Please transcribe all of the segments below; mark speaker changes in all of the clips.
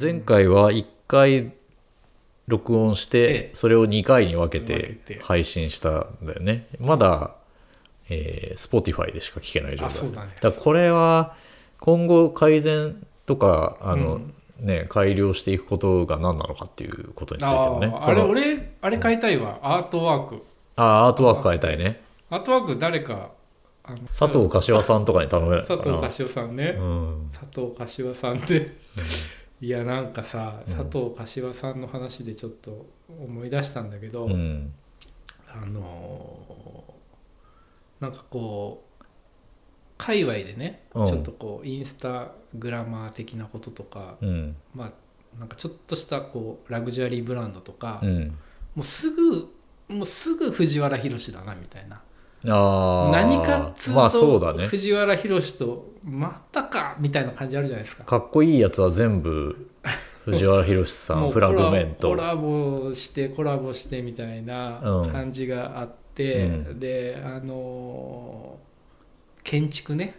Speaker 1: 前回は1回録音し
Speaker 2: え
Speaker 1: て
Speaker 2: え
Speaker 1: それを2回に分け
Speaker 2: 分け
Speaker 1: て
Speaker 2: て
Speaker 1: 配信したんだよねまだ、えー、Spotify でしか聞けない状
Speaker 2: あそ
Speaker 1: 態
Speaker 2: うだね
Speaker 1: からこれは今後改善とかあの、ね、改良していくことが何なのかっていうことについて
Speaker 2: あ
Speaker 1: もね
Speaker 2: ー
Speaker 1: そ
Speaker 2: あれ
Speaker 1: の
Speaker 2: 俺あれ変えたいわ、アートワーク
Speaker 1: あーアートワーク変えたいね
Speaker 2: アートワーク誰かあの
Speaker 1: 佐藤柏さんとかに頼めないか
Speaker 2: 佐
Speaker 1: な
Speaker 2: 藤柏さんね、
Speaker 1: うん
Speaker 2: 佐藤柏さんで、いやなんかさ佐藤柏さんの話でちょっと思い出したんだけど、
Speaker 1: うん
Speaker 2: あのーなんかこう界隈でね、
Speaker 1: うん
Speaker 2: ちょっとこうインスタグラマー的なこととか、
Speaker 1: うん
Speaker 2: まあなんかちょっとしたこうラグジュアリーブランドとか、
Speaker 1: うん
Speaker 2: もうすぐもうすぐ藤原宏だなみたいな
Speaker 1: あー
Speaker 2: 何かっつう
Speaker 1: まあそうだ
Speaker 2: と
Speaker 1: ね
Speaker 2: 藤原宏とまたかみたいな感じあるじゃないですか
Speaker 1: かっこいいやつは全部 藤原宏さ
Speaker 2: も
Speaker 1: ん
Speaker 2: う
Speaker 1: フラグメント
Speaker 2: コラコラボしてコラボしてみたいな
Speaker 1: うん
Speaker 2: 感じがあって、
Speaker 1: うん
Speaker 2: であのー建築ね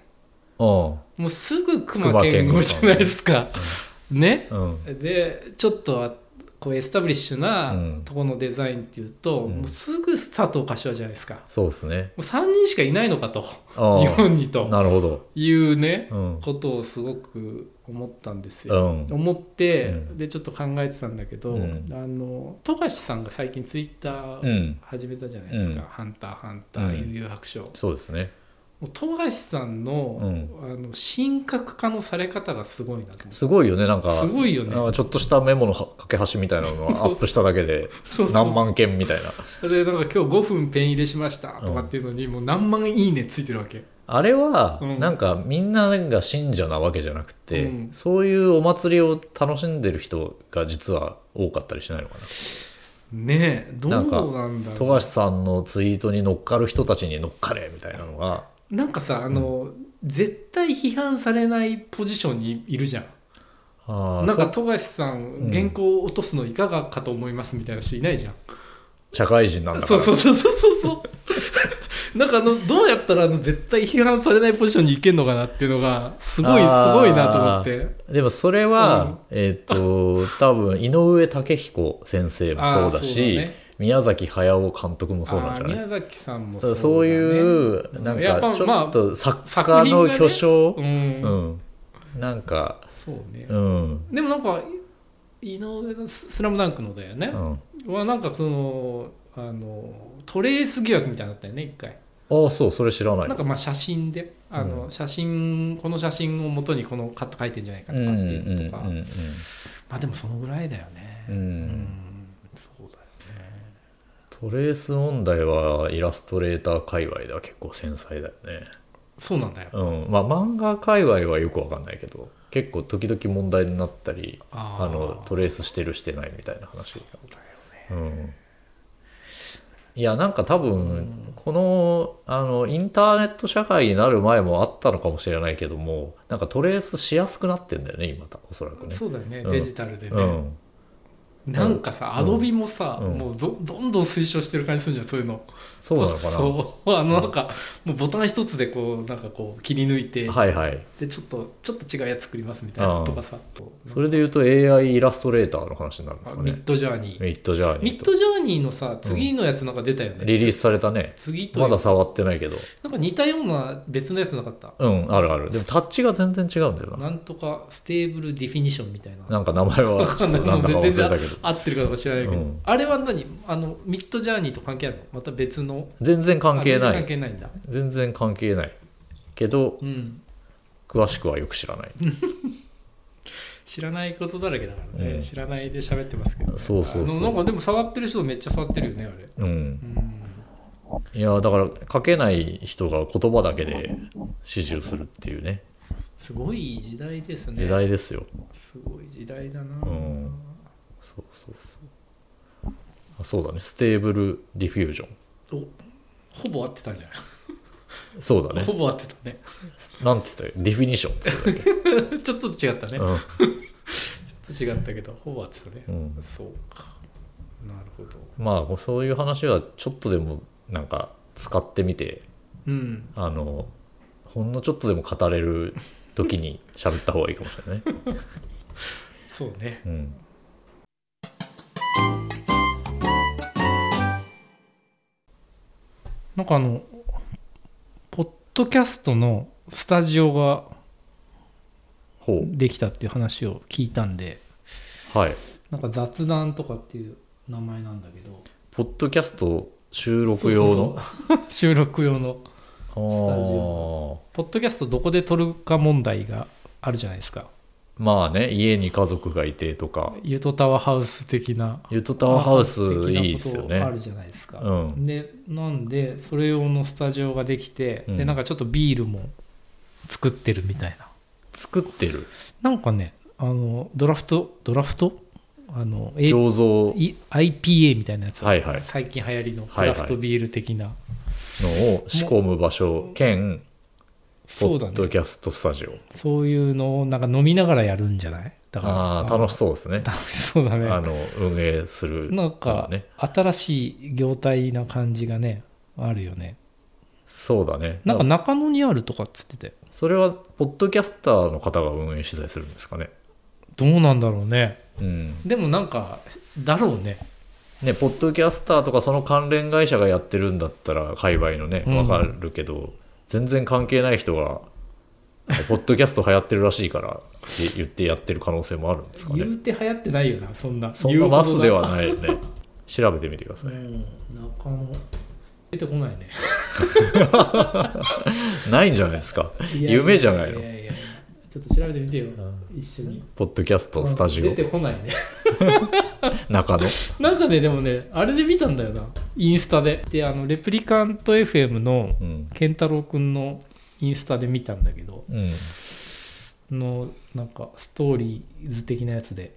Speaker 1: う
Speaker 2: もうすぐ
Speaker 1: 熊
Speaker 2: 熊
Speaker 1: 健
Speaker 2: 健
Speaker 1: 吾
Speaker 2: 吾
Speaker 1: さ
Speaker 2: じ
Speaker 1: ん
Speaker 2: ゃないですか、 ね
Speaker 1: んうん
Speaker 2: でちょっとあこうエスタブリッシュ
Speaker 1: う
Speaker 2: なんとこのデザインっていうと、
Speaker 1: うん
Speaker 2: もうすぐ佐藤柏じゃないですかも
Speaker 1: そうですね
Speaker 2: う3人しかいないのかと
Speaker 1: あ
Speaker 2: 日
Speaker 1: あ
Speaker 2: 本にと
Speaker 1: なるほど
Speaker 2: いうね、
Speaker 1: うん
Speaker 2: ことをすごく思ったんです
Speaker 1: う
Speaker 2: よ。
Speaker 1: ん
Speaker 2: 思って、
Speaker 1: うん
Speaker 2: でちょっと考えてたんだけど、
Speaker 1: うん
Speaker 2: あの富樫さんが最近ツイッタ
Speaker 1: う
Speaker 2: ー
Speaker 1: ん
Speaker 2: 始めたじゃないですか「
Speaker 1: うん
Speaker 2: ハンターハンタ
Speaker 1: うん
Speaker 2: ー悠々白書」も
Speaker 1: そうですね
Speaker 2: う富樫さんの,、
Speaker 1: う
Speaker 2: あの神格化のされ方がすごいなと思って
Speaker 1: すごいよねなんか
Speaker 2: すごいよね
Speaker 1: なんかちょっとしたメモのは架け橋みたいなのを アップしただけで
Speaker 2: そうそう
Speaker 1: 何万件みたいな
Speaker 2: それでなんか今日5分ペン入れしましたとかっていうのにもう何万いいねついてるわけ
Speaker 1: あれは
Speaker 2: うん
Speaker 1: なんかみんなが信者なわけじゃなくて、
Speaker 2: うん
Speaker 1: そういうお祭りを楽しんでる人が実は多かったりしないのかな
Speaker 2: ねえどう
Speaker 1: な
Speaker 2: なんんだ
Speaker 1: か
Speaker 2: ろう
Speaker 1: 富樫さんのツイートに乗っかる人たちに乗っかれみたいなのが
Speaker 2: なんかさあの、絶対批判されないポジションにいるじゃん
Speaker 1: あー
Speaker 2: な
Speaker 1: そ
Speaker 2: んか富樫さん
Speaker 1: ん
Speaker 2: 原稿を落とすのいかがかと思いますみたいな人いないじゃん、
Speaker 1: 社会人なんだから
Speaker 2: そうそうそうそうそうそうなんかあのどうや ったらあの絶対批判されないポジションにいけんのかなっていうのがすごいす
Speaker 1: あー
Speaker 2: ごいなと思って
Speaker 1: でもそれは、えっ、 と多分井上武彦先生もそうだ
Speaker 2: あーそ
Speaker 1: し
Speaker 2: うだね
Speaker 1: 宮崎駿監督もそうなんじゃ
Speaker 2: あー
Speaker 1: ない
Speaker 2: 宮崎さん
Speaker 1: そ
Speaker 2: も
Speaker 1: う
Speaker 2: だね
Speaker 1: いうなん
Speaker 2: やっ
Speaker 1: か
Speaker 2: ぱ
Speaker 1: ち
Speaker 2: ま
Speaker 1: ょ
Speaker 2: あ
Speaker 1: っと作
Speaker 2: 作
Speaker 1: 家
Speaker 2: 品が
Speaker 1: の
Speaker 2: ね
Speaker 1: 巨匠、
Speaker 2: うん、
Speaker 1: うん、なんか
Speaker 2: そうね、
Speaker 1: うん、
Speaker 2: でもなんか井上さんススラムダンクのだよね
Speaker 1: う、ん、あ
Speaker 2: はなんかそのあのトレース疑惑みたいになのあったよね一回
Speaker 1: あそうそれ知らない
Speaker 2: なんかまあ写真であの、
Speaker 1: う
Speaker 2: 写真この写真を元にこのカット書いてんじゃないか
Speaker 1: うん
Speaker 2: と
Speaker 1: う
Speaker 2: か
Speaker 1: ん
Speaker 2: っ
Speaker 1: う
Speaker 2: て
Speaker 1: ん
Speaker 2: いうのとか、
Speaker 1: うん
Speaker 2: まあでもそのぐらいだよね
Speaker 1: う
Speaker 2: うんそうだよ
Speaker 1: トレース問題はイラストレーター界隈では結構繊細だよね
Speaker 2: そうなんだよ
Speaker 1: うんまあ漫画界隈はよくわかんないけど結構時々問題になったり
Speaker 2: あー
Speaker 1: あのトレースしてるしてないみたいな話
Speaker 2: そうだよね
Speaker 1: うんいやなんか多分、このあのインターネット社会になる前もあったのかもしれないけどもなんかトレースしやすくなってんだよね今おそらくね
Speaker 2: そうだよね
Speaker 1: うん
Speaker 2: デジタルで
Speaker 1: う
Speaker 2: ね、
Speaker 1: ん、
Speaker 2: なんかさアドビもさ、
Speaker 1: うん
Speaker 2: もうどどんどん推奨してる感じするじゃんそういうの
Speaker 1: そうなのかな
Speaker 2: そうあのなんか、もうボタン一つでこうなんかこう切り抜いて、
Speaker 1: はいはい
Speaker 2: でちょっとちょっと違うやつ作りますみたいな
Speaker 1: うん
Speaker 2: とかさ、
Speaker 1: それで言うと AI イラストレーターの話になるんです
Speaker 2: あ
Speaker 1: か
Speaker 2: ミ
Speaker 1: ね
Speaker 2: ッドジャーニー
Speaker 1: ミッドジャーニ
Speaker 2: ミ
Speaker 1: ー
Speaker 2: ッ
Speaker 1: と
Speaker 2: ドジャーニーのさ次のやつなんか出たよね、
Speaker 1: リリースされたね
Speaker 2: 次という
Speaker 1: まだ触ってないけど
Speaker 2: なんか似たような別のやつなかった
Speaker 1: うんあるあるでもタッチが全然違うんだよな
Speaker 2: なんとかステーブルディフィニションみたいな
Speaker 1: なんか名前 はちょっとなんだか忘れたけど
Speaker 2: 合ってるかどうか知らないけど、
Speaker 1: うん
Speaker 2: あれは何あのミッドジャーニーと関係あるのまた別の
Speaker 1: 全然関係
Speaker 2: あ
Speaker 1: な
Speaker 2: 全然関
Speaker 1: い
Speaker 2: 係ないんだ
Speaker 1: 全然関係ないけど
Speaker 2: うん
Speaker 1: 詳しくはよく知らない
Speaker 2: 知らないことだらけだからね、
Speaker 1: うん
Speaker 2: 知らないで喋ってますけど、ね、
Speaker 1: そうそうそう
Speaker 2: あのなんかでも触ってる人めっちゃ触ってるよねあれ
Speaker 1: うん
Speaker 2: うん
Speaker 1: いやだから書けない人が言葉だけで指示をするっていうね
Speaker 2: すごい時代ですね
Speaker 1: 時代ですよ
Speaker 2: すごい時代だな、
Speaker 1: うんそうそうそうあそうだねステーブルディフュージョ
Speaker 2: おほぼ合ってたんじゃない、
Speaker 1: ンそうだね
Speaker 2: ほぼ合ってたね
Speaker 1: なんて言ったらディフィニションっつうんだっけ
Speaker 2: ちょっと違ったね、
Speaker 1: うん
Speaker 2: ちょっと違ったけどほぼ合ってたね、
Speaker 1: うん
Speaker 2: そうかなるほど
Speaker 1: まあそういう話はちょっとでもなんか使ってみて
Speaker 2: うん
Speaker 1: あの ほんのちょっとでも語れる時に喋った方がいいかもしれないね
Speaker 2: そうね
Speaker 1: うん、
Speaker 2: なんかあのポッドキャストのスタジオが
Speaker 1: ほ
Speaker 2: できたっていう話を聞いたんで
Speaker 1: うはい
Speaker 2: なんか雑談とかっていう名前なんだけど
Speaker 1: ポッドキャスト収録用の
Speaker 2: そうそうそう 収録用のタジ
Speaker 1: あ
Speaker 2: ポッドキャストどこで撮るか問題があるじゃないですか
Speaker 1: あまあね家に家族がいてとか
Speaker 2: ゆとタワーハウス的な
Speaker 1: ゆとタワーハウスいいですよ
Speaker 2: 的なことあ
Speaker 1: ね
Speaker 2: るじゃないですか、
Speaker 1: うん
Speaker 2: でなんでそれ用のスタジオができて、
Speaker 1: うん
Speaker 2: でなんかちょっとビールも作ってるみたいな
Speaker 1: 作ってる
Speaker 2: なんかねあのドラフトドラフトあの、A
Speaker 1: 醸造
Speaker 2: い IPA みたいなやつ、
Speaker 1: はいはい
Speaker 2: 最近流行りのク
Speaker 1: はいは
Speaker 2: ラ
Speaker 1: い
Speaker 2: フトビール的な、
Speaker 1: のを仕込む場所兼ポ
Speaker 2: そうだ
Speaker 1: ッド
Speaker 2: ね
Speaker 1: キャストスタジオ、
Speaker 2: そういうのをなんか飲みながらやるんじゃないだから
Speaker 1: ああ楽しそうですね
Speaker 2: 楽し そうだね
Speaker 1: あの運営する
Speaker 2: なんか
Speaker 1: ね
Speaker 2: 新しい業態な感じがねあるよね
Speaker 1: そうだね
Speaker 2: なんか
Speaker 1: だ
Speaker 2: 中野にあるとかっつってたよ
Speaker 1: らそれはポッドキャスターの方が運営取材するんですかね
Speaker 2: どうなんだろうね
Speaker 1: うん
Speaker 2: でもなんかだろうね
Speaker 1: ね、ポッドキャスターとかその関連会社がやってるんだったら界隈のね
Speaker 2: うん
Speaker 1: わかるけど、全然関係ない人が「ポッドキャスト流行ってるらしいから」って言ってやってる可能性もあるんですか
Speaker 2: 言
Speaker 1: ね
Speaker 2: うて流行ってないよなそんな
Speaker 1: そんなマスでは
Speaker 2: な
Speaker 1: ないよね調べてみてください、
Speaker 2: うん中野出てこないね
Speaker 1: ないんじゃないですか
Speaker 2: いやや
Speaker 1: 夢じゃないの
Speaker 2: いやいやちょっと調べてみてよ一緒に
Speaker 1: ポッドキャストスタジ
Speaker 2: 出
Speaker 1: オ
Speaker 2: てこないね
Speaker 1: 中野
Speaker 2: なんかねでもねあれで見たんだよなインスタでであのレプリカント FM の
Speaker 1: うん、
Speaker 2: 健太郎くんのインスタで見たんだけど
Speaker 1: うん
Speaker 2: のなんかストーリーズ的なやつで、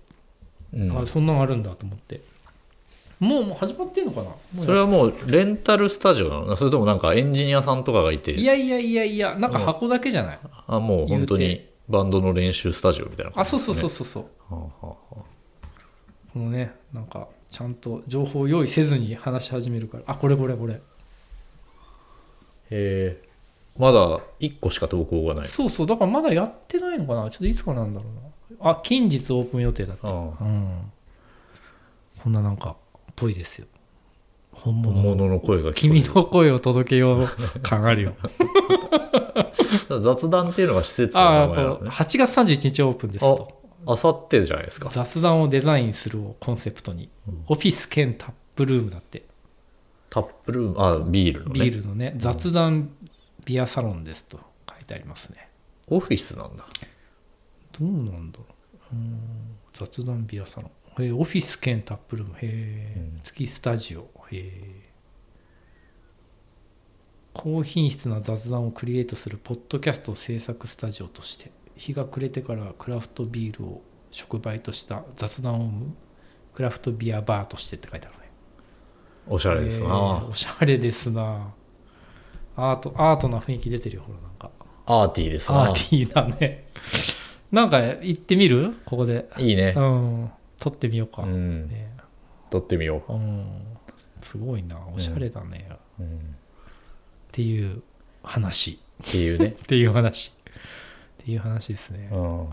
Speaker 1: うん
Speaker 2: あそんなのあるんだと思ってもうもう始まってんのかなもう
Speaker 1: それはもうレンタルスタジオなのそれともなんかエンジニアさんとかがいて
Speaker 2: いやいやいやいやなんか箱だけじゃない、
Speaker 1: あもう本当
Speaker 2: 言う
Speaker 1: にバンドの練習スタジオみたいな
Speaker 2: あそうそうそううそうそう、
Speaker 1: はあはあはあ
Speaker 2: このねなんかちゃんと情報を用意せずに話し始めるからあこれこれこれ、
Speaker 1: えーまだ1個しか投稿がない。
Speaker 2: そうそうだからまだやってないのかなちょっといつからなんだろうなあ近日オープン予定だった
Speaker 1: ああ
Speaker 2: うんこんななんかっぽいですよ本
Speaker 1: 本
Speaker 2: 物の
Speaker 1: 物の声が聞
Speaker 2: 君
Speaker 1: こ
Speaker 2: の声を届けよう感あるよ
Speaker 1: える雑談っていうのが施設の
Speaker 2: あ
Speaker 1: 名
Speaker 2: あ、
Speaker 1: 前なのね。
Speaker 2: 8月31日オープンですと。
Speaker 1: あさってじゃないですか。
Speaker 2: 雑談をデザインするをコンセプトに、
Speaker 1: うん
Speaker 2: オフィス兼タップルームだって、
Speaker 1: タップルーム、あ、ビールのね。
Speaker 2: ビールのね、雑談ビアサロンですと書いてありますね。
Speaker 1: オフィスなんだ。
Speaker 2: どうなんだろう。うーん雑談ビアサロン。へえオフィス兼タップルーム。へえ、
Speaker 1: うん
Speaker 2: 月スタジオ。へえ。高品質な雑談をクリエイトするポッドキャスト制作スタジオとして日が暮れてからクラフトビールを触媒とした雑談を生むクラフトビアバーとしてって書いてあるね。
Speaker 1: おしゃれです
Speaker 2: へえ
Speaker 1: な
Speaker 2: お。しゃれですな。アートアートな雰囲気出てるよほらなんか
Speaker 1: アーティーです
Speaker 2: アー
Speaker 1: な
Speaker 2: テ。ィーだね。 なんか行ってみるここで。
Speaker 1: いいね
Speaker 2: う。ん。撮ってみようか。
Speaker 1: うん。
Speaker 2: ね
Speaker 1: 撮ってみよ
Speaker 2: うん。すごいな。おしゃれだね。っ
Speaker 1: う。うん
Speaker 2: ていう話。
Speaker 1: っていうね。
Speaker 2: っていう話。って いう話ですね
Speaker 1: う。ん。
Speaker 2: うん。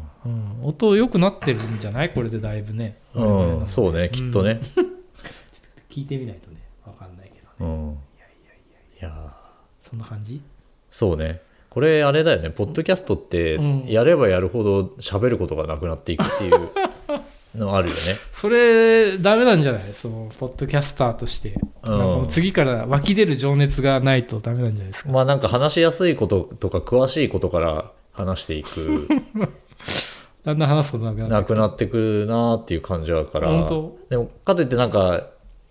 Speaker 2: 音良くなってるんじゃないこれでだいぶね。
Speaker 1: うん、そうね、きっとね。
Speaker 2: 聞いてみないとね。わかんないけど。
Speaker 1: うん。いやー
Speaker 2: そんな感じ
Speaker 1: そうね。これあれだよね、ポッドキャストって
Speaker 2: うん
Speaker 1: やればやるほど喋ることがなくなっていくっていう のあるよね。
Speaker 2: それダメなんじゃないそのポッドキャスターとして、
Speaker 1: うん
Speaker 2: なんかもう次から湧き出る情熱がないとダメなんじゃないですか
Speaker 1: まあなんか話しやすいこととか詳しいことから話してい く
Speaker 2: だんだん話すことなくなって
Speaker 1: なくなってくなーっていう感じはあるから
Speaker 2: 本当
Speaker 1: でもかといってなんか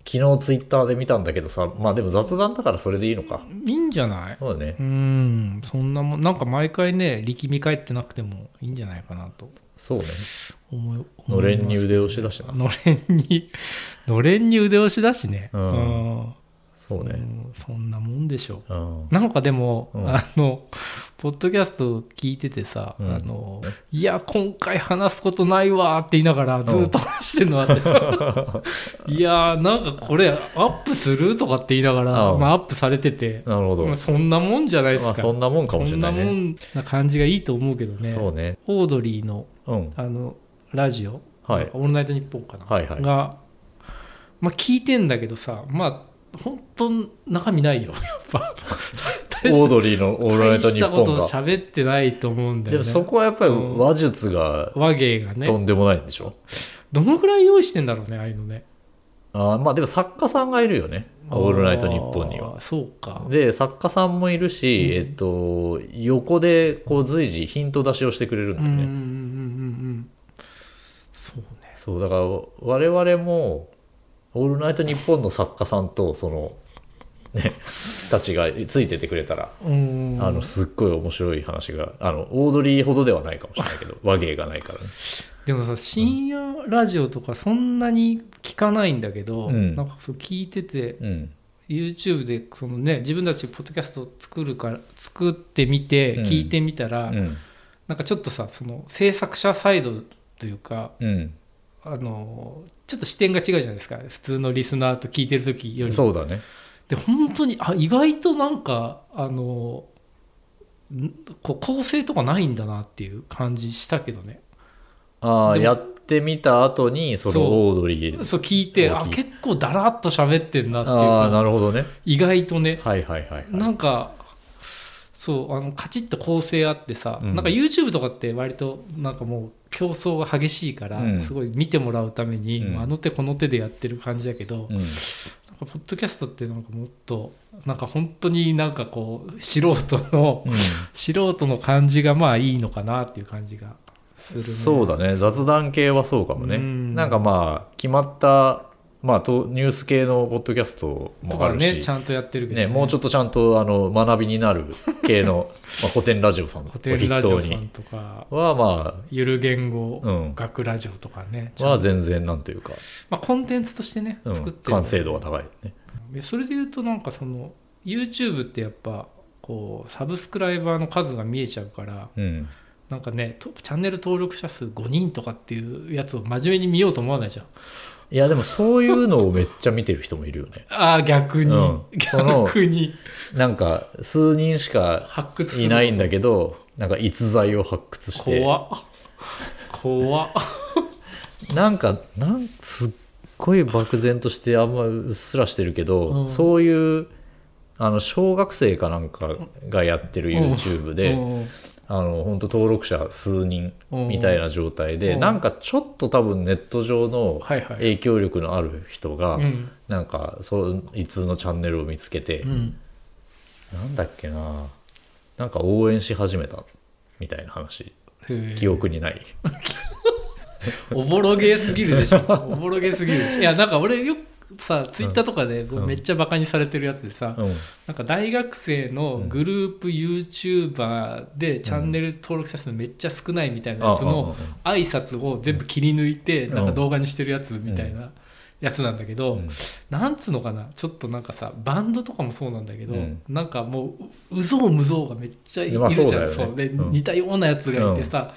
Speaker 1: 昨日ツイッターで見たんだけどさまあでも雑談だからそれでいいのか
Speaker 2: いいんじゃない
Speaker 1: そうだね
Speaker 2: うんそんなもんなんか毎回ね力み返ってなくてもいいんじゃないかなと
Speaker 1: そうね
Speaker 2: 思い
Speaker 1: のれんに
Speaker 2: 思い
Speaker 1: 腕を押し出してな
Speaker 2: ますのれんにのれんに腕押しだしね
Speaker 1: う
Speaker 2: うん
Speaker 1: そうね
Speaker 2: うんそんなもんでしょ
Speaker 1: うん
Speaker 2: うなんかでも、
Speaker 1: うん
Speaker 2: あのポッドキャスト聞いててさ、
Speaker 1: うん
Speaker 2: あのいや今回話すことないわーって言いながらずっと話してるのあって、 いやーなんかこれアップするとかって言いながら、
Speaker 1: うん
Speaker 2: まあ、アップされてて、
Speaker 1: なるほど
Speaker 2: まあ、そんなもんじゃないです
Speaker 1: まあ
Speaker 2: か、
Speaker 1: そんなもんかもし
Speaker 2: そ
Speaker 1: れ
Speaker 2: ん
Speaker 1: な
Speaker 2: ないも
Speaker 1: ねはい
Speaker 2: なんかオールナイトニッポン」かな、
Speaker 1: はいはい
Speaker 2: が、まあ、聞いてんだけどさまあ本当中身ないよやっぱ 大
Speaker 1: オー
Speaker 2: し
Speaker 1: ドリーの「オールナイ
Speaker 2: 大
Speaker 1: ト
Speaker 2: し
Speaker 1: ニッ
Speaker 2: たこ
Speaker 1: ポ
Speaker 2: と
Speaker 1: ンが」
Speaker 2: 喋ってないと思うんだ
Speaker 1: で
Speaker 2: よ
Speaker 1: も
Speaker 2: ね
Speaker 1: そこはやっぱり
Speaker 2: うん
Speaker 1: 話術が
Speaker 2: 和芸が
Speaker 1: と
Speaker 2: ね
Speaker 1: んでもないんでしょ、
Speaker 2: どのぐらい用意してんだろうねああいうのね
Speaker 1: あーまあでも作家さんがいるよね「オールナイトニッポン」には
Speaker 2: あ。ーそうか
Speaker 1: で作家さんもいるし、
Speaker 2: うん
Speaker 1: えっと、横でこう随時ヒント出しをしてくれるんだ
Speaker 2: うん
Speaker 1: よ
Speaker 2: うんうん
Speaker 1: ね、
Speaker 2: うんうんそうね
Speaker 1: そうだから我々も「オールナイトニッポン」の作家さんとその ねたちがついててくれたら、
Speaker 2: うん
Speaker 1: あのすっごい面白い話があのオードリーほどではないかもしれないけど和芸がないからね
Speaker 2: でもさ深夜ラジオとかそんなに聞かないんだけど、
Speaker 1: うん
Speaker 2: なんかそう聞いてて
Speaker 1: うん
Speaker 2: YouTube でその、ね、自分たちでポッドキャストを作るから作ってみて
Speaker 1: うん
Speaker 2: 聞いてみたら、
Speaker 1: うん
Speaker 2: なんかちょっとさその制作者サイドというか
Speaker 1: うん、
Speaker 2: あのちょっと視点が違うじゃないですか普通のリスナーと聞いてる時より
Speaker 1: そうだね
Speaker 2: で本当にあ意外となんかあのんこう構成とかないんだなっていう感じしたけどね
Speaker 1: ああ
Speaker 2: でも
Speaker 1: やってみた後にそ
Speaker 2: そう
Speaker 1: のオードリー
Speaker 2: そう聞いて
Speaker 1: 大
Speaker 2: あ
Speaker 1: きい
Speaker 2: 結構だらっと喋ってんなっていう
Speaker 1: ああ
Speaker 2: か
Speaker 1: なるほどね
Speaker 2: 意外とね
Speaker 1: はいはいはい、はい、
Speaker 2: なんかそうあのカチッと構成あってさ、
Speaker 1: うん
Speaker 2: なんか YouTube とかって割となんかもう競争が激しいから、
Speaker 1: うん
Speaker 2: すごい見てもらうために、
Speaker 1: うん
Speaker 2: あの手この手でやってる感じだけど、
Speaker 1: うん
Speaker 2: なんかポッドキャストってなんかもっとなんか本当になんかこう素人の、
Speaker 1: うん
Speaker 2: 素人の感じがまあいいのかなっていう感じがするね、
Speaker 1: そうだね雑談系はそうかもね
Speaker 2: うん
Speaker 1: なんかまあ決まった、まあ、とニュース系のポッドキャスト
Speaker 2: と
Speaker 1: もあ
Speaker 2: か
Speaker 1: る
Speaker 2: ね
Speaker 1: し
Speaker 2: ち、ゃんとやってるけど
Speaker 1: ねもうちょ
Speaker 2: っ
Speaker 1: っとちゃんとあの学びになる系 のまあ古典ラジオさんを
Speaker 2: と古典ラ
Speaker 1: 筆
Speaker 2: ジ
Speaker 1: 頭
Speaker 2: オさん
Speaker 1: に
Speaker 2: とか
Speaker 1: はま
Speaker 2: ゆる言語、
Speaker 1: あうん
Speaker 2: 学ラジオとかね、ちゃん
Speaker 1: は
Speaker 2: と
Speaker 1: 全然なんというか、
Speaker 2: まあ、コンテンツとしてね、
Speaker 1: うん
Speaker 2: 作ってる
Speaker 1: 完成度が高いね
Speaker 2: でそれで言うとなんかその YouTube ってやっぱこうサブスクライバーの数が見えちゃうから
Speaker 1: うん
Speaker 2: なんかねとチャンネル登録者数5人とかっていうやつを真面目に見ようと思わないじゃん
Speaker 1: いやでもそういうのをめっちゃ見てる人もいるよね
Speaker 2: ああ逆に、
Speaker 1: うんその
Speaker 2: 逆に
Speaker 1: なんか数人しか
Speaker 2: 発掘する
Speaker 1: いないんだけどなんか逸材を発掘して
Speaker 2: 怖っ怖っ
Speaker 1: なんかなんすっごい漠然としてあんまうっすらしてるけど、
Speaker 2: うん
Speaker 1: そういうあの小学生かなんかがやってる YouTube で、
Speaker 2: うん
Speaker 1: あの本当登録者数人
Speaker 2: うん
Speaker 1: みたいな状態で、
Speaker 2: うん
Speaker 1: なんかちょっと多分ネット上の
Speaker 2: はいはい
Speaker 1: 影響力のある人が、
Speaker 2: うん
Speaker 1: なんかそういつのチャンネルを見つけて、
Speaker 2: うん
Speaker 1: なんだっけななんか応援し始めたみたいな話
Speaker 2: へー
Speaker 1: 記憶にない。
Speaker 2: おぼろげすぎるでしょ おぼろげすぎるでしょいやなんか俺よくさツイッターとかでこう
Speaker 1: うん
Speaker 2: めっちゃバカにされてるやつでさ、
Speaker 1: うん
Speaker 2: なんか大学生のグループ YouTuber でチャンネル登録者数めっちゃ少ないみたいなやつの挨拶を全部切り抜いて
Speaker 1: うん
Speaker 2: なんか動画にしてるやつみたいなやつなんだけど、
Speaker 1: うん
Speaker 2: なんつうのかなちょっとなんかさバンドとかもそうなんだけど、
Speaker 1: うん
Speaker 2: なんかもううぞうむぞうがめっちゃいるじゃん、
Speaker 1: まあそうだよね
Speaker 2: そうで、
Speaker 1: うん
Speaker 2: 似たようなやつがいてさ、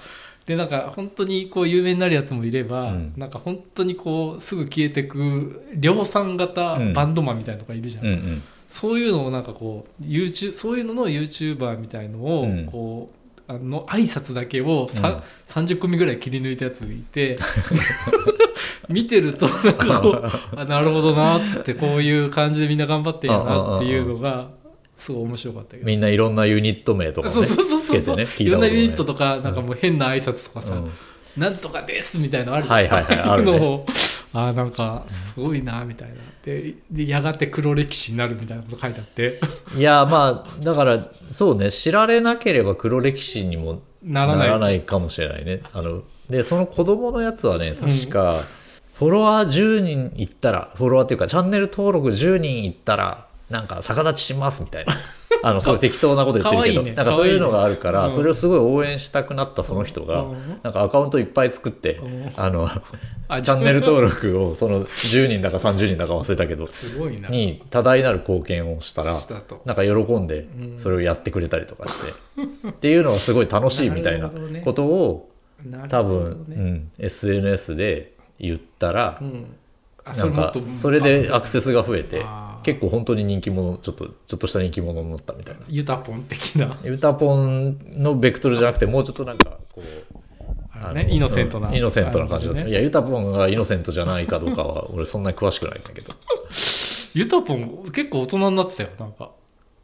Speaker 2: でなんか本当にこう有名になるやつもいれば、
Speaker 1: うん
Speaker 2: なんか本当にこうすぐ消えてく量産型バンドマンみたいなのがいるじゃん
Speaker 1: うんうん
Speaker 2: そういうのをなんかこう YouTube そういうのの YouTuber みたいの
Speaker 1: う
Speaker 2: を
Speaker 1: ん
Speaker 2: こう、あの挨拶だけをさ、30組ぐらい切り抜いたやつがいて 見てるとなんか こうあなるほどなーってこういう感じでみんな頑張ってんやなっていうのがすごい面白かったけど。
Speaker 1: みんないろんなユニット名とか、ね、
Speaker 2: そうそうそう
Speaker 1: つ
Speaker 2: そう
Speaker 1: け
Speaker 2: そ
Speaker 1: てね
Speaker 2: う、い
Speaker 1: 聞いた
Speaker 2: ろん
Speaker 1: こ
Speaker 2: な
Speaker 1: と
Speaker 2: ユニット
Speaker 1: と
Speaker 2: とかなんかもう変な挨拶とかさ、
Speaker 1: うん
Speaker 2: なんとかですみたいなのあるじゃん、
Speaker 1: はいはいはい
Speaker 2: あ
Speaker 1: あ
Speaker 2: あ
Speaker 1: る
Speaker 2: い うの
Speaker 1: ね
Speaker 2: をあーなんかすごいなみたいなででやがて黒歴史になるみたいなこと書いてあって
Speaker 1: いやまあだからそうね知られなければ黒歴史にも
Speaker 2: な
Speaker 1: な
Speaker 2: らない
Speaker 1: らないかもしれないねあのでその子供のやつはね確か、フォロワー10人いったらフォロワーっていうかチャンネル登録10人いったらなんか逆立ちしますみた いなあのすごい適当なこと言ってるけ
Speaker 2: か
Speaker 1: ど
Speaker 2: わいいね
Speaker 1: なんかそういうのがあるか
Speaker 2: かわい
Speaker 1: ら
Speaker 2: いねうん
Speaker 1: それをすごい応援したくなったその人が、
Speaker 2: うん
Speaker 1: なんかアカウントいっぱい作って、
Speaker 2: うん
Speaker 1: あの
Speaker 2: あ
Speaker 1: チャンネル登録をその10人だか30人だか忘れたけど
Speaker 2: すごいな
Speaker 1: に多大なる貢献をしたら
Speaker 2: したと
Speaker 1: なんか喜んでそれをやってくれたりとかしてっていうのがすごい楽しいみたいなことを
Speaker 2: なる
Speaker 1: 多
Speaker 2: ほ
Speaker 1: 分
Speaker 2: ど
Speaker 1: う
Speaker 2: ね
Speaker 1: ん SNS で言ったら
Speaker 2: うんあ
Speaker 1: なんか
Speaker 2: もっと
Speaker 1: それでアクセスが増えて
Speaker 2: あー
Speaker 1: 結構本当に人気者ちょっとちょっとした人気者になったみたいな。
Speaker 2: ユタポン的な
Speaker 1: ユタポンのベクトルじゃなくてもうちょっとなんかこう
Speaker 2: あな
Speaker 1: あ
Speaker 2: ね
Speaker 1: の
Speaker 2: イノセントな、
Speaker 1: うんイノセントな感じだね。い
Speaker 2: ね
Speaker 1: や、ユタポンがイノセントじゃないかどうかは、俺そんなに詳しくないんだけど。
Speaker 2: ユタポン結構大人になってたよなんか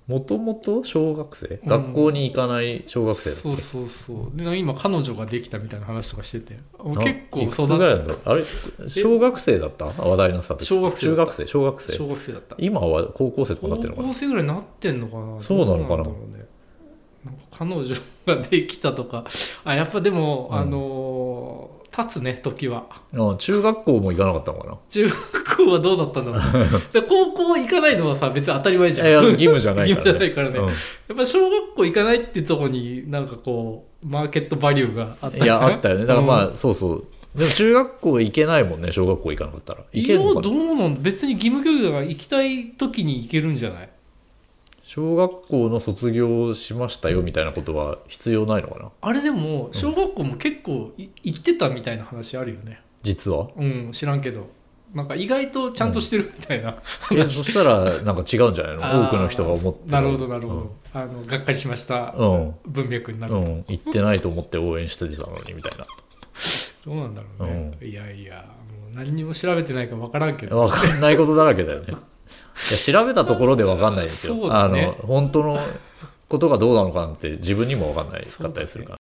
Speaker 1: もともと小学生
Speaker 2: うん
Speaker 1: 学校に行かない小学生だっけ、
Speaker 2: そうそうそうでなんか今彼女ができたみたいな話とかしててもう
Speaker 1: な
Speaker 2: 結構
Speaker 1: いくつ
Speaker 2: 育
Speaker 1: ぐら
Speaker 2: っ
Speaker 1: いなんだろうあれ小学生だった話題になってた時
Speaker 2: 小学
Speaker 1: 中
Speaker 2: 生だった
Speaker 1: 学生小学生
Speaker 2: 小学生だった
Speaker 1: 今は高校生とかな
Speaker 2: 高
Speaker 1: ってるのか
Speaker 2: 校生ぐらいになってんのかな
Speaker 1: そうなのかな
Speaker 2: どだろうねなんか彼女ができたとかあやっぱでも、
Speaker 1: うん
Speaker 2: あのー経つね時は
Speaker 1: なあ中学校も行かなかったのかな
Speaker 2: 中学校はどうだったんだろ うで高校行かないのはさ別に当たり前じゃん
Speaker 1: いや義
Speaker 2: や
Speaker 1: 務じゃないからね
Speaker 2: 義務じゃないからねっぱ小学校行かないってとこになんかこうマーケットバリューがあった
Speaker 1: うん
Speaker 2: じゃ
Speaker 1: い
Speaker 2: ない
Speaker 1: やあったよねだからまあ、
Speaker 2: うん
Speaker 1: そうそうでも中学校行けないもんね小学校行かなかったら行
Speaker 2: い
Speaker 1: け
Speaker 2: や
Speaker 1: るのか
Speaker 2: ど
Speaker 1: な
Speaker 2: うなん別に義務教育が行きたい時に行けるんじゃない
Speaker 1: 小学校の卒業しましたよみたいなことは必要ないのかな
Speaker 2: あれでも小学校も結構い行ってたみたいな話あるよね
Speaker 1: 実 は
Speaker 2: うん知らんけどなんか意外とちゃんとしてるみたいな、
Speaker 1: えそしたらなんか違うんじゃない
Speaker 2: あー
Speaker 1: の多くの人が思って
Speaker 2: なるほどなるほど、あのがっかりしました
Speaker 1: うん、うん
Speaker 2: 文脈になる、
Speaker 1: うん、行ってないと思って応援してたのにみたいな。
Speaker 2: どうなんだろうね、いやいやもう何にも調べてないから分からんけど
Speaker 1: わかんないことだらけだよね。いや調べたところでわかんないですよ。
Speaker 2: そう
Speaker 1: あ
Speaker 2: だね
Speaker 1: の本当のことがどうなのかなんて自分にもわかんないかったりするから。